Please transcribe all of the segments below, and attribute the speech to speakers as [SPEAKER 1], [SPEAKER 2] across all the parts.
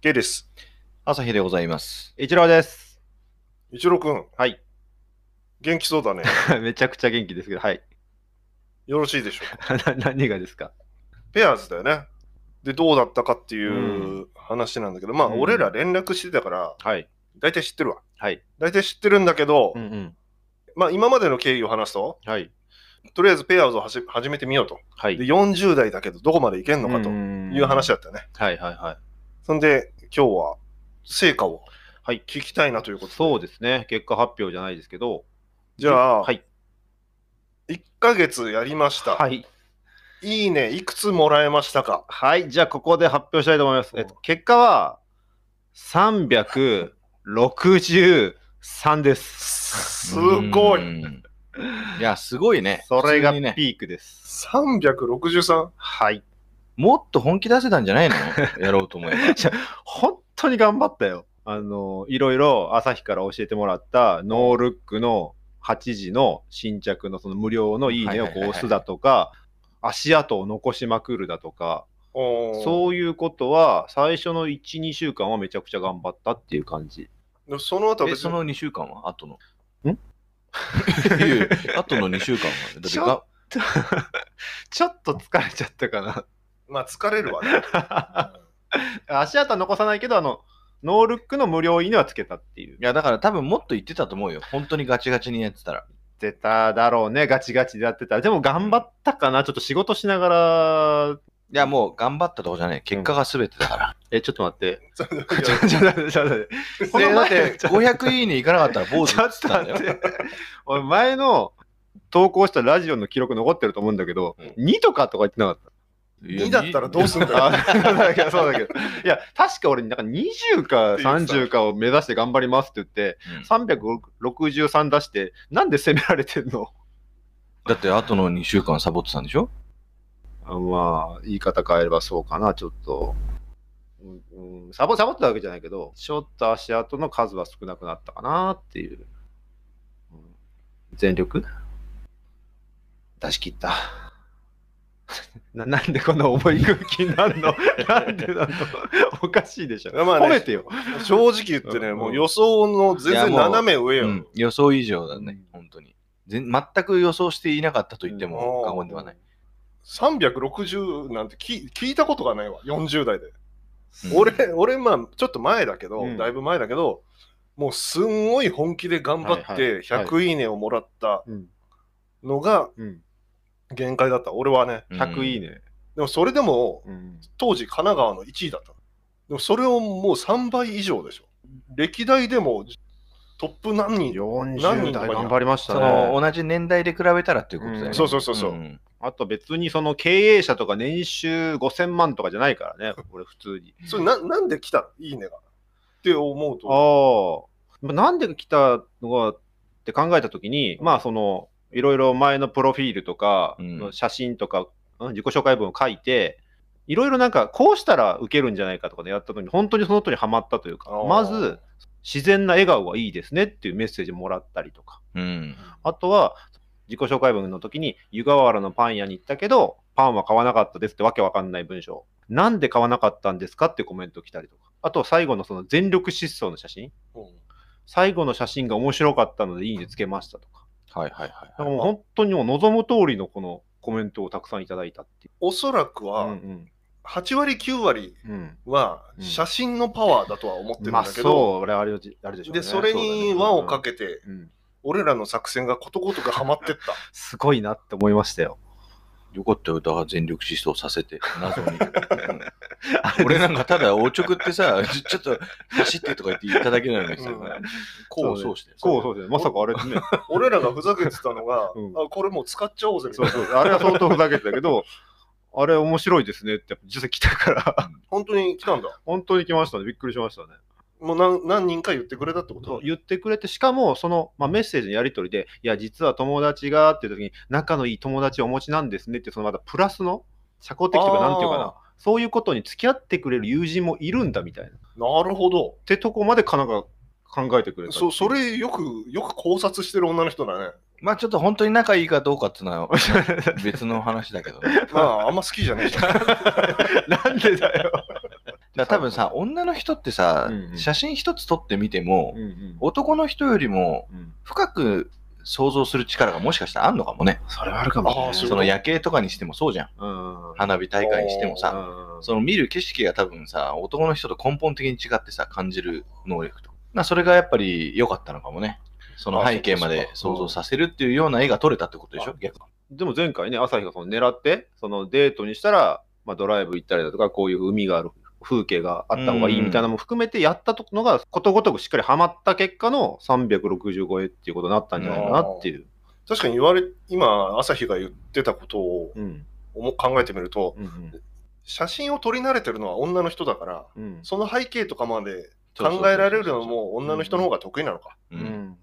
[SPEAKER 1] ゲイです。
[SPEAKER 2] 朝日でございます。
[SPEAKER 3] 一郎です。
[SPEAKER 1] 一郎くん、
[SPEAKER 2] はい。
[SPEAKER 1] 元気そうだね。
[SPEAKER 2] めちゃくちゃ元気ですけど、はい。
[SPEAKER 1] よろしいでしょうか。
[SPEAKER 2] な何がですか
[SPEAKER 1] ペアーズだよね。で、どうだったかっていうう話なんだけど、まあ、
[SPEAKER 2] うん
[SPEAKER 1] 俺ら連絡してたから、
[SPEAKER 2] はい。
[SPEAKER 1] 大体知ってるわ。
[SPEAKER 2] はい。
[SPEAKER 1] 大体知ってるんだけど、
[SPEAKER 2] うんうん。
[SPEAKER 1] まあ、今までの経緯を話すと、
[SPEAKER 2] はい。
[SPEAKER 1] とりあえずペアーズをはじ始めてみようと。
[SPEAKER 2] はい。
[SPEAKER 1] で、40代だけど、どこまでいけんのかと
[SPEAKER 2] い
[SPEAKER 1] いう話
[SPEAKER 2] は。
[SPEAKER 1] だったよね。
[SPEAKER 2] はいはいは
[SPEAKER 1] そんで、今日は成果を
[SPEAKER 2] はい
[SPEAKER 1] 聞きたいなということ
[SPEAKER 2] い。
[SPEAKER 1] で。
[SPEAKER 2] そうですね。結果発表じゃないですけど。
[SPEAKER 1] じゃあ、
[SPEAKER 2] はい。
[SPEAKER 1] 1ヶ月やりました。、
[SPEAKER 2] はいい。
[SPEAKER 1] いね、いくつもらえましたか。
[SPEAKER 2] はい。じゃあ、ここで発表したいと思います。えっと、結果は、363です。
[SPEAKER 1] すごい。
[SPEAKER 4] うん。いや、すごいね。
[SPEAKER 2] それが
[SPEAKER 4] 普通にね、
[SPEAKER 2] ピークです。
[SPEAKER 1] 363?
[SPEAKER 2] はい。
[SPEAKER 4] もっと本気出せたんじゃないのやろうと思えば。
[SPEAKER 2] 本当に頑張ったよ。あの、いろいろ朝日から教えてもらったノールックの8時の新着のその無料のいいねをこう押すだとか、足跡を残しまくるだとか、
[SPEAKER 1] おー
[SPEAKER 2] そういうことは最初の1、2週間はめちゃくちゃ頑張ったっていう感じ。
[SPEAKER 1] でもその後は
[SPEAKER 4] え、
[SPEAKER 1] 別
[SPEAKER 4] そ
[SPEAKER 1] に
[SPEAKER 4] の2週間は後の。
[SPEAKER 2] ん
[SPEAKER 4] いやいや後の2週間は。だって
[SPEAKER 2] ちょ
[SPEAKER 4] が
[SPEAKER 2] ちょっと疲れちゃったか
[SPEAKER 1] まあ疲れ るわね。
[SPEAKER 2] な。 足跡は残さないけど、あの、ノールックの無料いいねはつけたっていう
[SPEAKER 4] い。や、だから多分もっと言ってたと思うよ。本当にガチガチにやってたら。
[SPEAKER 2] ってただろうね、ガチガチでやってた。でも頑張ったかな、ちょっと仕事しながら
[SPEAKER 4] いや、もう頑張ったとこじゃない。結果が全てだから。
[SPEAKER 2] え、ちょっと待って。
[SPEAKER 1] いや
[SPEAKER 2] ちょちょっと待って、ちょっと待って。
[SPEAKER 4] この前
[SPEAKER 2] え
[SPEAKER 4] だって500いいねいかなかったら坊主
[SPEAKER 2] ちょ
[SPEAKER 4] っ
[SPEAKER 2] っ
[SPEAKER 4] つ
[SPEAKER 2] と
[SPEAKER 4] ったんだ
[SPEAKER 2] 待
[SPEAKER 4] よ
[SPEAKER 2] っ。て。俺、前の投稿したラジオの記録残ってると思うんだけど、
[SPEAKER 1] うん
[SPEAKER 2] 2とかとか言ってなかっ
[SPEAKER 4] いや
[SPEAKER 1] 2だったらどうすんだ
[SPEAKER 2] た。
[SPEAKER 1] よ。
[SPEAKER 2] あそうだけど、そうだけど。いや、確か俺、なんか20か30かを目指して頑張りますって言って、
[SPEAKER 4] うん
[SPEAKER 2] 363出して、なんで責められてんの
[SPEAKER 4] だって後の2週間サボってたんでしょ
[SPEAKER 2] あまあ、言い方変えればそうかな、ちょっと。うんうんサボサボってたわけじゃないけど、ちょっと足跡の数は少なくなったかなっていう。うん全力出し切った。 ななんでこんな重い空気に なるのなんでなのおかしいでしょ。
[SPEAKER 1] まあね
[SPEAKER 2] 褒めてよ。
[SPEAKER 1] 正直言ってね、
[SPEAKER 2] うん
[SPEAKER 1] もう予想の全然斜め上よ
[SPEAKER 4] うん。。予想以上だ
[SPEAKER 2] う
[SPEAKER 4] ね
[SPEAKER 2] ん。
[SPEAKER 4] 本当に。全全く予想していなかったと言っても過言ではない。
[SPEAKER 1] 360なんて聞聞いたことがないわ、40代で。
[SPEAKER 4] うん
[SPEAKER 1] 俺、俺、まあ、ちょっと前だけ
[SPEAKER 2] う
[SPEAKER 1] ど、
[SPEAKER 2] ん
[SPEAKER 1] だいぶ前だけど、もうすんごい本気で頑張っ
[SPEAKER 2] はいは
[SPEAKER 1] て、100いいねをもらった
[SPEAKER 2] うん
[SPEAKER 1] のが
[SPEAKER 2] うん、
[SPEAKER 1] 限界だった、俺はね。
[SPEAKER 2] 100いいね。
[SPEAKER 1] でもそれでも、
[SPEAKER 2] うん
[SPEAKER 1] 当時神奈川の1位だったの。でもそれをもう3倍以上でしょ。歴代でもトップ何人
[SPEAKER 2] 40代頑張りました
[SPEAKER 4] そ
[SPEAKER 2] ね。
[SPEAKER 4] の同じ年代で比べたらっていうことだよ
[SPEAKER 2] う
[SPEAKER 4] ね。
[SPEAKER 2] ん
[SPEAKER 1] そうそうそうそう。
[SPEAKER 4] ん
[SPEAKER 2] あと別にその経営者とか年収5000万とかじゃないからね、俺普通に。
[SPEAKER 1] それななんで来たのいいねが。って思うと、
[SPEAKER 2] ああ、まあなんで来たのかって考えたときに、まあその、いろいろ前のプロフィールとか、
[SPEAKER 4] うん
[SPEAKER 2] 写真とか、うん自己紹介文を書いて、いろいろなんか、こうしたら受けるんじゃないかとかでやったときに、本当にその後にはまったというか
[SPEAKER 1] あ、ー
[SPEAKER 2] まず、自然な笑顔がいいですねっていうメッセージもらったりとか、
[SPEAKER 4] うん。
[SPEAKER 2] あとは、自己紹介文の時に、湯河原のパン屋に行ったけど、パンは買わなかったですってわけわかんない文章。なんで買わなかったんですかってコメント来たりとか。あと、最後のその全力疾走の写真。
[SPEAKER 1] うん
[SPEAKER 2] 最後の写真が面白かったのでいいねつけましたとか。
[SPEAKER 4] はいはい
[SPEAKER 2] だか
[SPEAKER 4] は
[SPEAKER 2] らもう本当にもう望む通りのこのコメントをたくさんいただいたっていう。
[SPEAKER 1] おそらく
[SPEAKER 2] う
[SPEAKER 1] は
[SPEAKER 2] ん
[SPEAKER 1] 8割9割
[SPEAKER 2] うん
[SPEAKER 1] は
[SPEAKER 2] うん
[SPEAKER 1] 写真のパワーだとは思って
[SPEAKER 2] う
[SPEAKER 1] る
[SPEAKER 2] ん。
[SPEAKER 1] ん
[SPEAKER 2] ま
[SPEAKER 1] だ
[SPEAKER 2] あ
[SPEAKER 1] け
[SPEAKER 2] そ
[SPEAKER 1] ど、
[SPEAKER 2] う、俺あれあれであれでしょうね。
[SPEAKER 1] でそれに輪をかけて、
[SPEAKER 2] そうだね、うん
[SPEAKER 1] 俺らの作戦がことごとくはまってった。
[SPEAKER 2] すごいなって思いましたよ。
[SPEAKER 4] い。よかったよ、だから全力疾走させて、謎に。うん 俺なんかただ、おちょくってさ、 ちちょっと走ってとか言っていただけなのにさ
[SPEAKER 1] うん、
[SPEAKER 4] こうそうして。
[SPEAKER 2] そうそうですね。まさかあれね。
[SPEAKER 1] 俺らがふざけてたのが、
[SPEAKER 2] うん
[SPEAKER 1] あこれもう使っちゃおうぜみたい
[SPEAKER 2] そう
[SPEAKER 1] な。
[SPEAKER 2] そう。あれは相当ふざけてたけ ど、あれ面白いですねってやっぱ実際来た から、
[SPEAKER 1] 本当に来たんだ。
[SPEAKER 2] 本当に来ましたね。びっくりしましたね。
[SPEAKER 1] もう何何人か言ってくれたってこ
[SPEAKER 2] そう
[SPEAKER 1] と
[SPEAKER 2] 言ってくれて、しかもその、まあ、メッセージのやり取りで、いや、実は友達がっていう時に、仲のいい友達をお持ちなんですねって、そのまたプラスの社交的とか、
[SPEAKER 1] あー
[SPEAKER 2] なんていうかな、そういうことに付き合ってくれる友人もいるんだみたいな。っ
[SPEAKER 1] なるほど。
[SPEAKER 2] てとこまでかなが考えてくれた。
[SPEAKER 1] そ それよく、よく考察してる女の人だね。
[SPEAKER 4] まあちょっと本当に仲いいかどうかっていう のは別の話だけどね。
[SPEAKER 1] まあ、あんま好きじゃねえじゃん。
[SPEAKER 2] なんでだよ。
[SPEAKER 4] ら多分さ、女の人ってさ、
[SPEAKER 2] うんうん
[SPEAKER 4] 写真一つ撮ってみても、
[SPEAKER 2] うんうん
[SPEAKER 4] 男の人よりも
[SPEAKER 2] うん
[SPEAKER 4] 深く想像する力がもしかしたらあんのかもね。
[SPEAKER 2] それはあるかもしれな
[SPEAKER 1] あー
[SPEAKER 2] い。
[SPEAKER 1] そういう
[SPEAKER 4] その夜景とかにしてもそうじゃん。
[SPEAKER 2] うん
[SPEAKER 4] 花火大会にしてもさ。
[SPEAKER 2] うん
[SPEAKER 4] その見る景色が多分さ、男の人と根本的に違ってさ、感じる能力と。なそれがやっぱり良かったのかもね。その背景ま
[SPEAKER 1] あ
[SPEAKER 4] で
[SPEAKER 2] そう
[SPEAKER 4] 想
[SPEAKER 2] かそうか
[SPEAKER 4] 像させるっていうような絵が撮れたってことでしょ
[SPEAKER 1] あ
[SPEAKER 4] 逆に
[SPEAKER 2] でも前回ね、朝日がその狙って、そのデートにしたら、まあ、ドライブ行ったりだとか、こういう海がある風景があった方がいいみたいなのも含めてやったのが、ことごとくしっかりハマった結果の365絵っていうことになったんじゃないかなっていう。
[SPEAKER 1] 確かに言われ、今、朝日が言ってたことを
[SPEAKER 2] うん。
[SPEAKER 1] 思考えてみると、
[SPEAKER 2] うん。
[SPEAKER 1] 写真を撮り慣れてるのは女の人だから、
[SPEAKER 2] うん。
[SPEAKER 1] その背景とかまで
[SPEAKER 4] そうそうそうそう
[SPEAKER 1] 考えられるのはもう女の人の方が得意なのか。
[SPEAKER 4] う。
[SPEAKER 2] うんん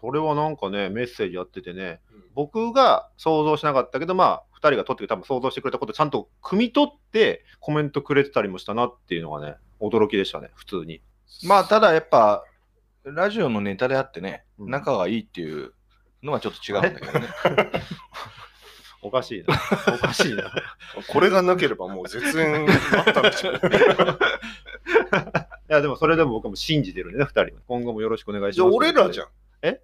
[SPEAKER 2] それはなんかね、メッセージやっててね、
[SPEAKER 1] うん
[SPEAKER 2] 僕が想像しなかったけど、まあ、2人が撮って多分想像してくれたことをちゃんと汲み取って、コメントくれてたりもしたなっていうのがね、驚きでしたね、普通に。
[SPEAKER 4] まあ、ただやっぱ、ラジオのネタであってね、
[SPEAKER 2] うん
[SPEAKER 4] 仲がいいっていうのはちょっと違うんだけどね。
[SPEAKER 2] おかしいな。おかしいな。
[SPEAKER 1] これがなければもう絶縁だったんでし ょうね。
[SPEAKER 2] いや、でもそれでも僕も信じてるんでね、二人。今後もよろしくお願いします。
[SPEAKER 1] じゃあ俺らじゃん。
[SPEAKER 2] え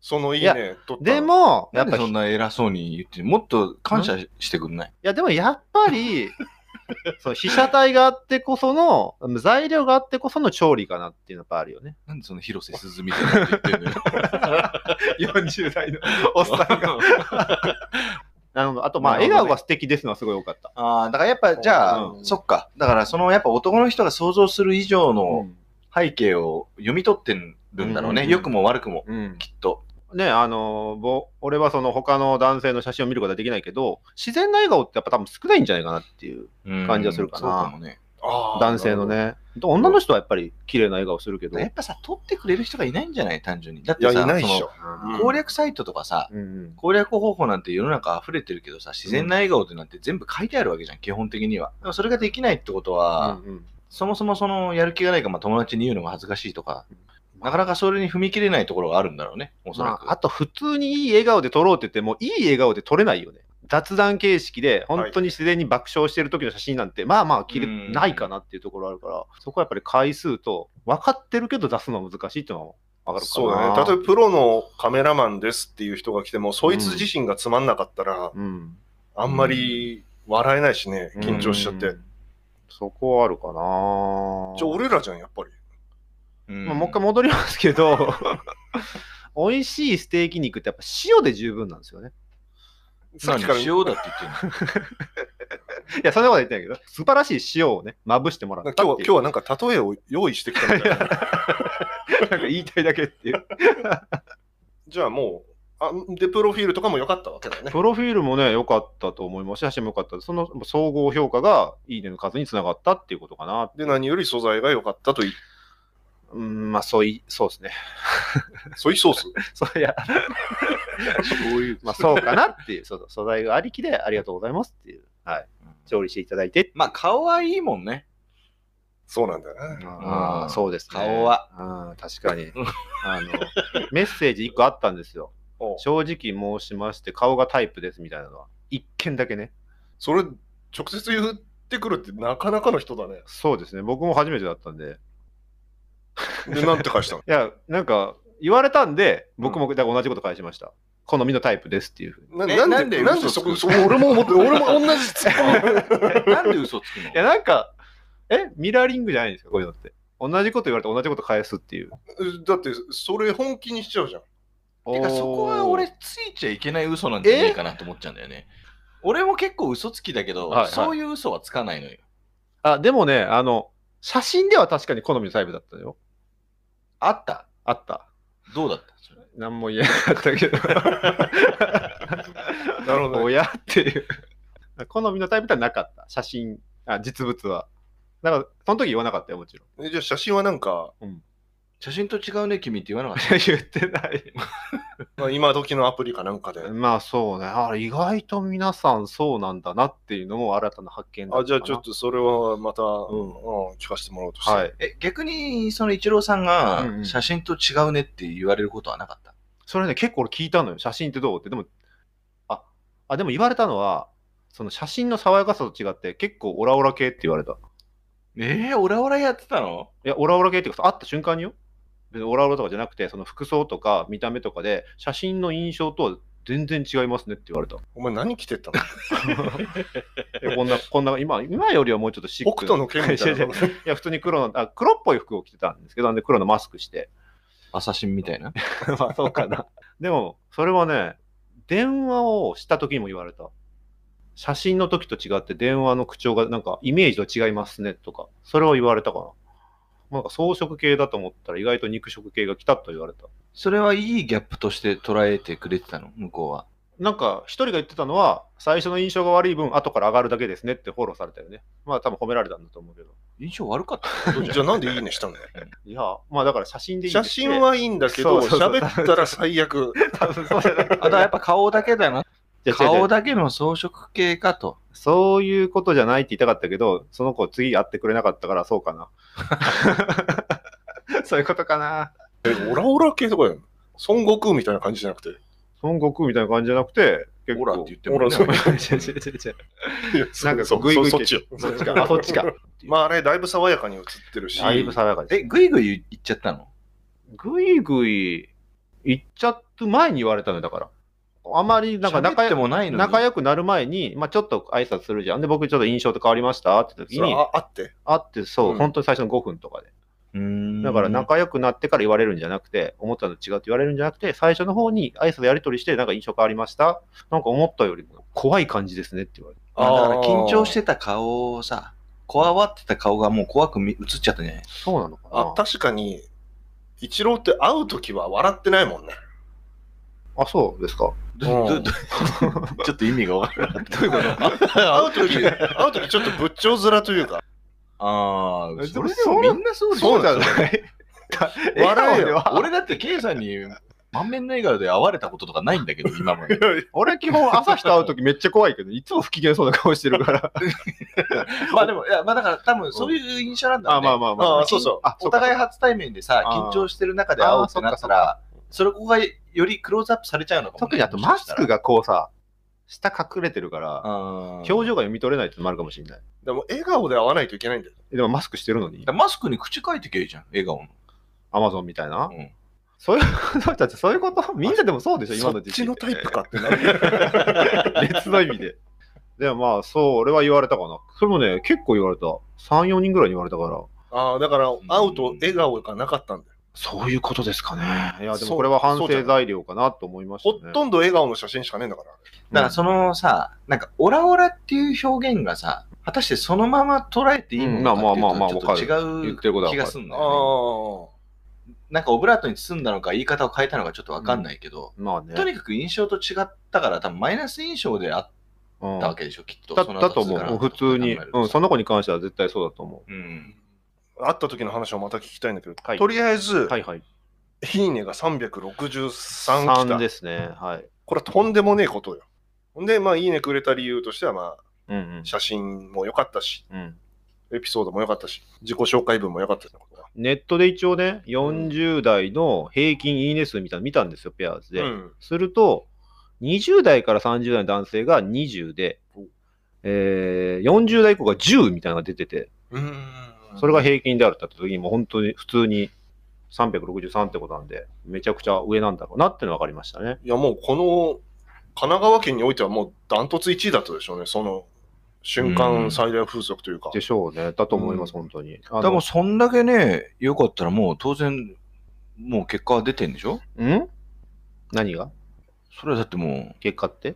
[SPEAKER 1] そのいい
[SPEAKER 2] いや
[SPEAKER 1] ね撮ったの
[SPEAKER 2] で、も、 や
[SPEAKER 4] や
[SPEAKER 2] っ
[SPEAKER 4] っ
[SPEAKER 2] ぱ
[SPEAKER 4] ぱ
[SPEAKER 2] り、
[SPEAKER 4] そ
[SPEAKER 2] い
[SPEAKER 4] んな偉そうに言って、もっと感謝してくんない
[SPEAKER 2] や、でもやっぱり、その被写体があってこその、材料があってこその調理かなっていうのやっぱあるよね。
[SPEAKER 4] なんでその広瀬すずみたいなこと言ってんのよ。
[SPEAKER 2] 40代のおっさんが。なるほど。あと、まあ、
[SPEAKER 4] なるほ
[SPEAKER 2] 笑
[SPEAKER 4] どね
[SPEAKER 2] 顔が素敵ですのはすごい良かった。
[SPEAKER 4] ああ、だからやっぱ、じゃあ、
[SPEAKER 2] うん
[SPEAKER 4] そっか。だから、その、やっぱ男の人が想像する以上の背景を読み取ってるんだろう
[SPEAKER 2] うんうんう
[SPEAKER 4] ね。
[SPEAKER 2] ん
[SPEAKER 4] 良、くも悪くも、
[SPEAKER 2] うん
[SPEAKER 4] きっと。
[SPEAKER 2] ね、あのぼ俺はその他の男性の写真を見ることはできないけど、自然な笑顔ってやっぱ多分少ないんじゃないかなっていう、感じはするかな
[SPEAKER 4] そうかもね。
[SPEAKER 1] あー
[SPEAKER 2] 男性の。ね。女の人はやっぱり綺麗な笑顔するけ
[SPEAKER 4] だ
[SPEAKER 2] ど
[SPEAKER 4] から。やっぱさ、取ってくれる人がいないんじゃない単純に。だっ
[SPEAKER 1] い
[SPEAKER 4] て
[SPEAKER 1] や、
[SPEAKER 4] さ、
[SPEAKER 1] いないっしょ。
[SPEAKER 2] う
[SPEAKER 1] うん
[SPEAKER 4] 攻略サイトとかさ、
[SPEAKER 2] んうん
[SPEAKER 4] 攻略方法なんて世の中溢れてるけどさ、自然な笑顔ってなんて全部書いてあるわけじゃん、基本的には。でもそれができないってことは、
[SPEAKER 2] うんうん
[SPEAKER 4] そもそもそのやる気がないか、まあ、友達に言うのが恥ずかしいとか、なかなかそれに踏み切れないところがあるんだろうね、おそら
[SPEAKER 2] ま
[SPEAKER 4] く。
[SPEAKER 2] あ、あと普通にいい笑顔で撮ろうって言ってもいい笑顔で撮れないよね雑談形式で本当に自然に爆笑してる時の写真なんて、まあまあ切れ
[SPEAKER 4] うん
[SPEAKER 2] ないかなっていうところあるからそこはやっぱり回数と分かってるけど出すのは難しいっていうのは分かるか
[SPEAKER 1] そうだ
[SPEAKER 2] な
[SPEAKER 1] ね。例えばプロのカメラマンですっていう人が来ても、そいつ自身がつまんなかったら、
[SPEAKER 2] うん、
[SPEAKER 1] あんまり笑えないしね、緊張しちゃって。
[SPEAKER 2] うんそこはあるかな
[SPEAKER 1] じゃあ俺らじゃん、やっぱり。
[SPEAKER 4] うん
[SPEAKER 2] まあ、もう一回戻ります けど美味しいステーキ肉ってやっぱ塩で十分なんですよね
[SPEAKER 1] さっきから
[SPEAKER 4] 何塩だって言ってんの
[SPEAKER 2] いやそんなことは言ってないけど素晴らしい塩をねまぶしてもらった
[SPEAKER 1] 今
[SPEAKER 2] って
[SPEAKER 1] 日
[SPEAKER 2] い
[SPEAKER 1] は今日は
[SPEAKER 2] う
[SPEAKER 1] なんか例えを用意してきたみたいな。
[SPEAKER 2] なんか言いたいだけっていう。
[SPEAKER 1] じゃあもう、あで、プロフィールとかも良かったわけだね。
[SPEAKER 2] プロフィールもね、良かったと思いますし、写真も良かった。その総合評価がいいねの数につながったっていうことかな。
[SPEAKER 1] で、何より素材が良かったと言い、
[SPEAKER 2] うん、まあ、そうい、そうですね。
[SPEAKER 1] ソイソース。
[SPEAKER 2] そういや、
[SPEAKER 4] そういう。
[SPEAKER 2] まあ、そうかなっていう、そうそう素材がありきでありがとうございますっていう。はい。調理していただいて。
[SPEAKER 4] まあ、顔はいいもん ね。
[SPEAKER 1] そうなんだよね。
[SPEAKER 4] あー
[SPEAKER 2] そうですね。
[SPEAKER 4] 顔は。
[SPEAKER 2] うん、確か に。あの、メッセージ1個あったんですよ。
[SPEAKER 1] おう
[SPEAKER 2] 正直申しまして、顔がタイプですみたいなのは。一件だけね。
[SPEAKER 1] それ、直接言ってくるってなかなかの人だね。
[SPEAKER 2] そうですね。僕も初めてだったんで。
[SPEAKER 1] で、なんて返したの
[SPEAKER 2] いや、なんか、言われたんで、僕もだから同じこと返しました。好みのタイプですっていうふうに。
[SPEAKER 1] な
[SPEAKER 4] え
[SPEAKER 1] な
[SPEAKER 4] なんん
[SPEAKER 1] で、
[SPEAKER 4] で
[SPEAKER 1] なんで
[SPEAKER 4] 嘘つ
[SPEAKER 1] そ
[SPEAKER 4] く
[SPEAKER 1] こ、そう俺も思って、俺も同じツッコミ
[SPEAKER 4] なんで嘘つくの
[SPEAKER 2] いや、なんか、えミラーリングじゃないんですか、こういうのって。同じこと言われて同じこと返すっていう。
[SPEAKER 1] だって、それ本気にしちゃうじゃん。
[SPEAKER 4] てか、そこは俺、ついちゃいけない嘘なんじゃねえかなと思っちゃうんだよね。俺も結構嘘つきだけど、
[SPEAKER 2] はいはい
[SPEAKER 4] そういう嘘はつかないのよ。
[SPEAKER 2] あ、でもね、あの、写真では確かに好みのタイプだったよ。
[SPEAKER 4] あった
[SPEAKER 2] あった。
[SPEAKER 4] どうだったそれ
[SPEAKER 2] 何も言えなかった けど。
[SPEAKER 1] なるほどね
[SPEAKER 2] 親っていう。好みのタイプではなかった。写真、あ実物は。だから、その時言わなかったよ、もちろん。
[SPEAKER 1] えじゃあ写真はなんか、
[SPEAKER 4] 写真と違うね、君って言わなかった。
[SPEAKER 2] 言ってない。
[SPEAKER 1] まあ今時のアプリかなんかで。
[SPEAKER 2] まあそうね。あ意外と皆さんそうなんだなっていうのも新たな発見だ
[SPEAKER 1] あじゃあちょっ
[SPEAKER 2] と。
[SPEAKER 1] とそれはまた、うん
[SPEAKER 2] ん
[SPEAKER 1] 聞かせてもらおうとして。
[SPEAKER 2] はい。
[SPEAKER 4] え、逆に、その一郎さん
[SPEAKER 2] うんう
[SPEAKER 4] が、
[SPEAKER 2] ん
[SPEAKER 4] 写真と違うねって言われることはなかった。
[SPEAKER 2] それね、結構俺聞いたのよ。写真ってどうって。でも、あ、あでも言われたのは、その写真の爽やかさと違って結構オラオラ系って言われた。
[SPEAKER 4] えー、オラオラやってたの
[SPEAKER 2] いや、オラオラ系っていうか、会った瞬間によ。別にオラオラとかじゃなくて、その服装とか見た目とかで、写真の印象とは全然違いますねって言われた。
[SPEAKER 1] お前何着て ったの
[SPEAKER 2] えこんな、こんな、今、今よりはもうちょっとシッ
[SPEAKER 1] 北
[SPEAKER 2] ク。
[SPEAKER 1] 斗の剣みたい
[SPEAKER 2] 違う違
[SPEAKER 1] な
[SPEAKER 2] う。 いや、普通に黒の、あ、黒っぽい服を着てたんですけど、なんで黒のマスクして。
[SPEAKER 4] 朝シンみたいな。
[SPEAKER 2] まあ、そうかな。でも、それはね、電話をした時にも言われた。写真の時と違って電話の口調がなんかイメージと違いますねとか、それは言われたかな。なんか装飾系だと思ったら意外と肉食系が来たと言われた。
[SPEAKER 4] それはいいギャップとして捉えてくれてたの向こうは。
[SPEAKER 2] なんか一人が言ってたのは、最初の印象が悪い分、後から上がるだけですねってフォローされたよね。まあ多分褒められたんだと思うけど。
[SPEAKER 4] 印象悪かったって ことじゃ ん
[SPEAKER 1] じゃあなんでいいねしたの
[SPEAKER 2] いや、まあだから写真でいいんで
[SPEAKER 1] 写
[SPEAKER 2] す
[SPEAKER 1] 真はいいんだけど、
[SPEAKER 2] そうそうそう
[SPEAKER 1] 喋ったら最悪。
[SPEAKER 2] 多分そうじゃない
[SPEAKER 4] あとはやっぱ顔だけだな。
[SPEAKER 2] いや違う違う
[SPEAKER 4] 顔だけの装飾系かと。
[SPEAKER 2] そういうことじゃないって言いたかったけど、その子次会ってくれなかったからそうかな。 そういうことかな。
[SPEAKER 1] え、オラオラ系とかやん。孫悟空みたいな感じじゃなくて。
[SPEAKER 2] 孫悟空みたいな感じじゃなくて、結構。
[SPEAKER 4] オラって言って
[SPEAKER 1] もね
[SPEAKER 4] も ね。
[SPEAKER 2] 違う違う違う違う
[SPEAKER 1] いや
[SPEAKER 2] なんか
[SPEAKER 1] そ
[SPEAKER 2] グイグイ
[SPEAKER 1] そそっちよ。
[SPEAKER 2] そっちか。あ、そっちか。
[SPEAKER 1] まああれ、だいぶ爽やかに映ってるし、
[SPEAKER 2] だいぶ爽やかです。
[SPEAKER 4] え、ぐいぐい言っちゃったの
[SPEAKER 2] ぐいぐい行っちゃって前に言われたのよだから。あまりなんか仲
[SPEAKER 4] 喋って
[SPEAKER 2] 良
[SPEAKER 4] もないのに。
[SPEAKER 2] 仲良くなる前に、まあ、ちょっと挨拶するじゃん。で、僕ちょっと印象と変わりましたって時
[SPEAKER 1] それ
[SPEAKER 2] に、
[SPEAKER 1] ああって、
[SPEAKER 2] 会ってそう、
[SPEAKER 1] うん
[SPEAKER 2] 本当に最初の5分とかで。
[SPEAKER 4] うーん
[SPEAKER 2] だから仲良くなってから言われるんじゃなくて、思ったのと違うって言われるんじゃなくて、最初の方に挨拶やり取りして、なんか印象変わりましたなんか思ったよりも怖い感じですねって言われて。
[SPEAKER 4] まあだから
[SPEAKER 1] あー
[SPEAKER 4] 緊張してた顔をさ、こわわってた顔がもう怖く見映っちゃったんじゃない
[SPEAKER 2] そうなのかな
[SPEAKER 1] あ確かに、イチローって会うときは笑ってないもんね。
[SPEAKER 2] あそうですか。
[SPEAKER 4] ど
[SPEAKER 1] う
[SPEAKER 4] ど
[SPEAKER 1] ん
[SPEAKER 4] どちょっと意味がわからなかった。どういうこと
[SPEAKER 1] 会うとき、会うときちょっと仏頂面というか、
[SPEAKER 4] ああ、
[SPEAKER 2] え
[SPEAKER 4] それで
[SPEAKER 2] でも
[SPEAKER 4] もみんなそうでし
[SPEAKER 2] そう
[SPEAKER 4] ょ。
[SPEAKER 2] じゃない
[SPEAKER 1] 笑えよ
[SPEAKER 4] 笑えよ。俺だって、ケイさんに満面の笑顔で会われたこととかないんだけど、今 まで。
[SPEAKER 2] 俺基本朝日と会うときめっちゃ怖いけど、いつも不機嫌そうな顔してるから。
[SPEAKER 4] まあでも、いや、まあだから多分そういう印象なんだろ
[SPEAKER 2] あ
[SPEAKER 4] うね
[SPEAKER 2] まあまあま
[SPEAKER 1] あ
[SPEAKER 2] あ。
[SPEAKER 1] ーそうそう
[SPEAKER 2] あ、
[SPEAKER 4] お互い
[SPEAKER 2] は。
[SPEAKER 4] 初対面でさ、
[SPEAKER 2] あー
[SPEAKER 4] 緊張してる中で会おうってなったら、それここがよりクローズアップされちゃうのかも、ね。
[SPEAKER 2] 特にあとマスク
[SPEAKER 4] が、
[SPEAKER 2] がこうさ、下隠れてるから、表情
[SPEAKER 4] 表
[SPEAKER 2] が読み取れないってのもあるかもしれない。
[SPEAKER 1] でも笑顔で会わないといけないんだよ。
[SPEAKER 2] でもマスクしてるのに、
[SPEAKER 4] 情。マスクに口書いてけいいじゃん、笑顔の。
[SPEAKER 2] アマゾンみたいな。
[SPEAKER 4] うん
[SPEAKER 2] そういう ことだって、そういうことみんなでもそうでしょ、今
[SPEAKER 1] そ
[SPEAKER 2] の
[SPEAKER 1] っ
[SPEAKER 2] 時期。
[SPEAKER 1] ちのタイプかってなる。
[SPEAKER 2] 別の意味で。でもまあ、そう、俺は言われたかな。それもね、結構言われた。3、4人ぐらいに言われたから、
[SPEAKER 1] ああ、だから会うと笑顔がなかったんだよ。
[SPEAKER 2] そういうことですかね。いや、で
[SPEAKER 1] そ
[SPEAKER 2] も
[SPEAKER 1] う
[SPEAKER 2] これは反
[SPEAKER 1] そうじゃ
[SPEAKER 2] 省
[SPEAKER 1] ない
[SPEAKER 2] 材料かなと思いました
[SPEAKER 1] ほ
[SPEAKER 2] ね。
[SPEAKER 1] とんど笑顔の写真しかねえんだから。
[SPEAKER 4] だからそのさ、なんか、オラオラっていう表現がさ、果たしてそのまま捉えていいものかっていう
[SPEAKER 2] まあまあまあまあ
[SPEAKER 4] とちょっと
[SPEAKER 2] る
[SPEAKER 4] 違
[SPEAKER 2] 言ってること
[SPEAKER 4] う
[SPEAKER 2] はわ
[SPEAKER 4] 気
[SPEAKER 2] かる
[SPEAKER 4] がするんだ
[SPEAKER 1] あ
[SPEAKER 4] よね。
[SPEAKER 1] ー
[SPEAKER 4] なんかオブラートに包んだのか言い方を変えたのかちょっとわかんないけど、
[SPEAKER 2] まあね。
[SPEAKER 4] とにかく印象と違ったから多分マイナス印象であっ
[SPEAKER 2] うん
[SPEAKER 4] たわけでしょ、きっと。
[SPEAKER 2] だ
[SPEAKER 4] その
[SPEAKER 2] だと
[SPEAKER 4] 後
[SPEAKER 2] 思
[SPEAKER 4] すから
[SPEAKER 2] う。普通に。
[SPEAKER 4] 考える
[SPEAKER 2] う
[SPEAKER 4] と
[SPEAKER 2] ん、その子に関しては絶対そうだと思
[SPEAKER 4] うん。
[SPEAKER 1] 会った時の話をまた聞きたいんだけど、
[SPEAKER 2] はい
[SPEAKER 1] とりあえず、
[SPEAKER 2] う。はいはい。
[SPEAKER 1] いいねが363来
[SPEAKER 2] 3
[SPEAKER 1] た。
[SPEAKER 2] ですね。はい。
[SPEAKER 1] これはとんでもねえことよ。ほんで、まあ、いいねくれた理由としては、まあ、
[SPEAKER 2] うん
[SPEAKER 1] 写真も良かったし、
[SPEAKER 2] うん。うん。
[SPEAKER 1] エピソードも良かったし、自己紹介文も良かったってことだ
[SPEAKER 2] ネットで一応ね、40代の平均いいね数みたいなの見たんですよ、ペアーズで。
[SPEAKER 1] うん
[SPEAKER 2] すると、20代から30代の男性が20で、えー40代以降が10みたいなのが出てて、
[SPEAKER 1] うーん
[SPEAKER 2] それが平均であるってなった時に、もう本当に普通に363ってことなんで、めちゃくちゃ上なんだろうなっての分かりましたね。
[SPEAKER 1] いや、もうこの、神奈川県においてはもうダントツ1位だったでしょうね、その瞬
[SPEAKER 4] うん
[SPEAKER 1] 間最大風速というか。
[SPEAKER 2] でしょうね。だと思います、
[SPEAKER 1] うん
[SPEAKER 2] 本当に。
[SPEAKER 4] でもそんだけね、良かったらもう当然、もう結果は出てんでしょ
[SPEAKER 2] あの、ん何が
[SPEAKER 4] それはだっても
[SPEAKER 2] 結果って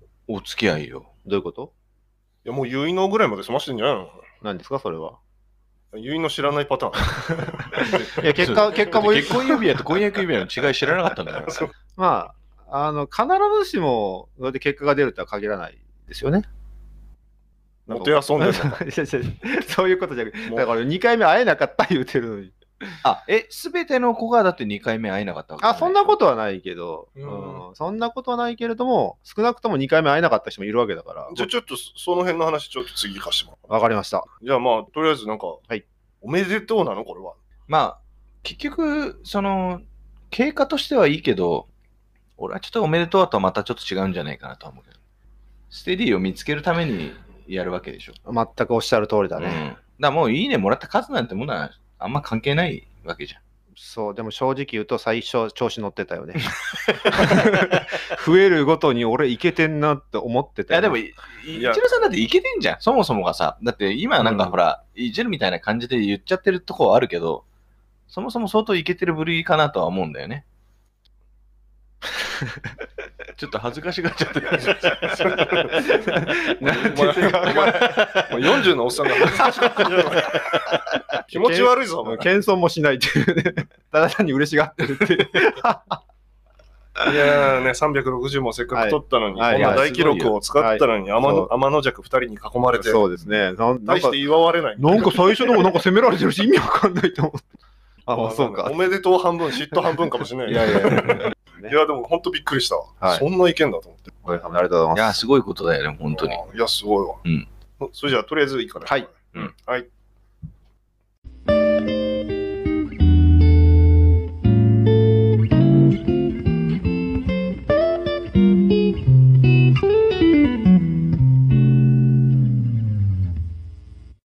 [SPEAKER 4] う、お付き合いよ。
[SPEAKER 2] どういうこと
[SPEAKER 1] いや、もう結納ぐらいまで済ましてんじゃないの
[SPEAKER 2] 何ですか、それは。
[SPEAKER 1] 結納知らないパターン。
[SPEAKER 2] いや、 結果、結果も、
[SPEAKER 4] 結婚指輪と婚約指輪の違い知らなかったんだ から。
[SPEAKER 2] まあ、あの、必ずしも、それで結果が出るとは限らないですよね。
[SPEAKER 1] もてあそんでるの
[SPEAKER 2] いやいやいやそういうことじゃなくて、
[SPEAKER 1] もう
[SPEAKER 2] だから2回目会えなかった言うてるのに。
[SPEAKER 4] あ、え、すべての子がだって2回目会えなかったわけ
[SPEAKER 2] あ、そんなこととはないけど、
[SPEAKER 1] う
[SPEAKER 2] うんんそんなことはないけれども、少なくとも2回目会えなかった人もいるわけだから、
[SPEAKER 1] じゃあちょっとその辺の話、ちょっと次行かしてもらおう。
[SPEAKER 2] わかりました。
[SPEAKER 1] じゃあまあ、とりあえずなんか、
[SPEAKER 2] い
[SPEAKER 1] おめでとうなのこれは。
[SPEAKER 4] まあ、結局、その、経過としてはいいけど、俺はちょっとおめでとうとはまたちょっと違うんじゃないかなとは思うけど。ステディを見つけるためにやるわけでしょ。
[SPEAKER 2] 全くおっしゃる通りだね。
[SPEAKER 4] うんらもういいねもらった数なんてものはあんま関係ないわけじゃん。
[SPEAKER 2] そう、でも正直言うと最初調子乗ってたよね。増えるごとに俺いけてんなって思って
[SPEAKER 4] い
[SPEAKER 2] た
[SPEAKER 4] や、で
[SPEAKER 2] よ
[SPEAKER 4] も、
[SPEAKER 2] ね、
[SPEAKER 4] いいやイチローさんだっていけてんじゃん。そもそもがさ、だって今なんか
[SPEAKER 2] うん
[SPEAKER 4] ほら、いじるみたいな感じで言っちゃってるとこはあるけど、そもそも相当いけてるぶりかなとは思うんだよね。ちょっと恥ずかしがっちゃってる。
[SPEAKER 2] なん
[SPEAKER 1] お前、お
[SPEAKER 2] て
[SPEAKER 1] 前お前40のおっさんが恥ず かしかったじゃない。 気持ち悪いぞ、お前。
[SPEAKER 2] 謙遜もしないっていうね。ただ単に嬉しがってるってい
[SPEAKER 1] い
[SPEAKER 2] う。
[SPEAKER 1] やーね、360もせっかく取ったのに、
[SPEAKER 2] はい
[SPEAKER 1] こんな
[SPEAKER 2] はい
[SPEAKER 1] 大記録を使ったのに、天
[SPEAKER 2] そ
[SPEAKER 1] の
[SPEAKER 2] う
[SPEAKER 1] 天の弱二人に囲まれて、
[SPEAKER 2] そうですね。なんなん
[SPEAKER 1] 大し
[SPEAKER 2] か
[SPEAKER 1] て祝われない。
[SPEAKER 2] なんか最初のもなんか責められてるし意味わかんないと思って。あ、まあそうか
[SPEAKER 1] お。めでとう半分、嫉妬半分かもしれない。
[SPEAKER 2] いやい やいや。
[SPEAKER 1] いやでも本当びっくりしたわ、
[SPEAKER 2] はい
[SPEAKER 1] そんな意見だと思って。
[SPEAKER 2] おかげさまでありがとうございます
[SPEAKER 4] い。や、すごいことだよね、本当に。
[SPEAKER 1] あーいや、すごいわ。
[SPEAKER 4] うん
[SPEAKER 1] それじゃあ、とりあえずいいかな。
[SPEAKER 2] はい。
[SPEAKER 4] うん
[SPEAKER 1] はい。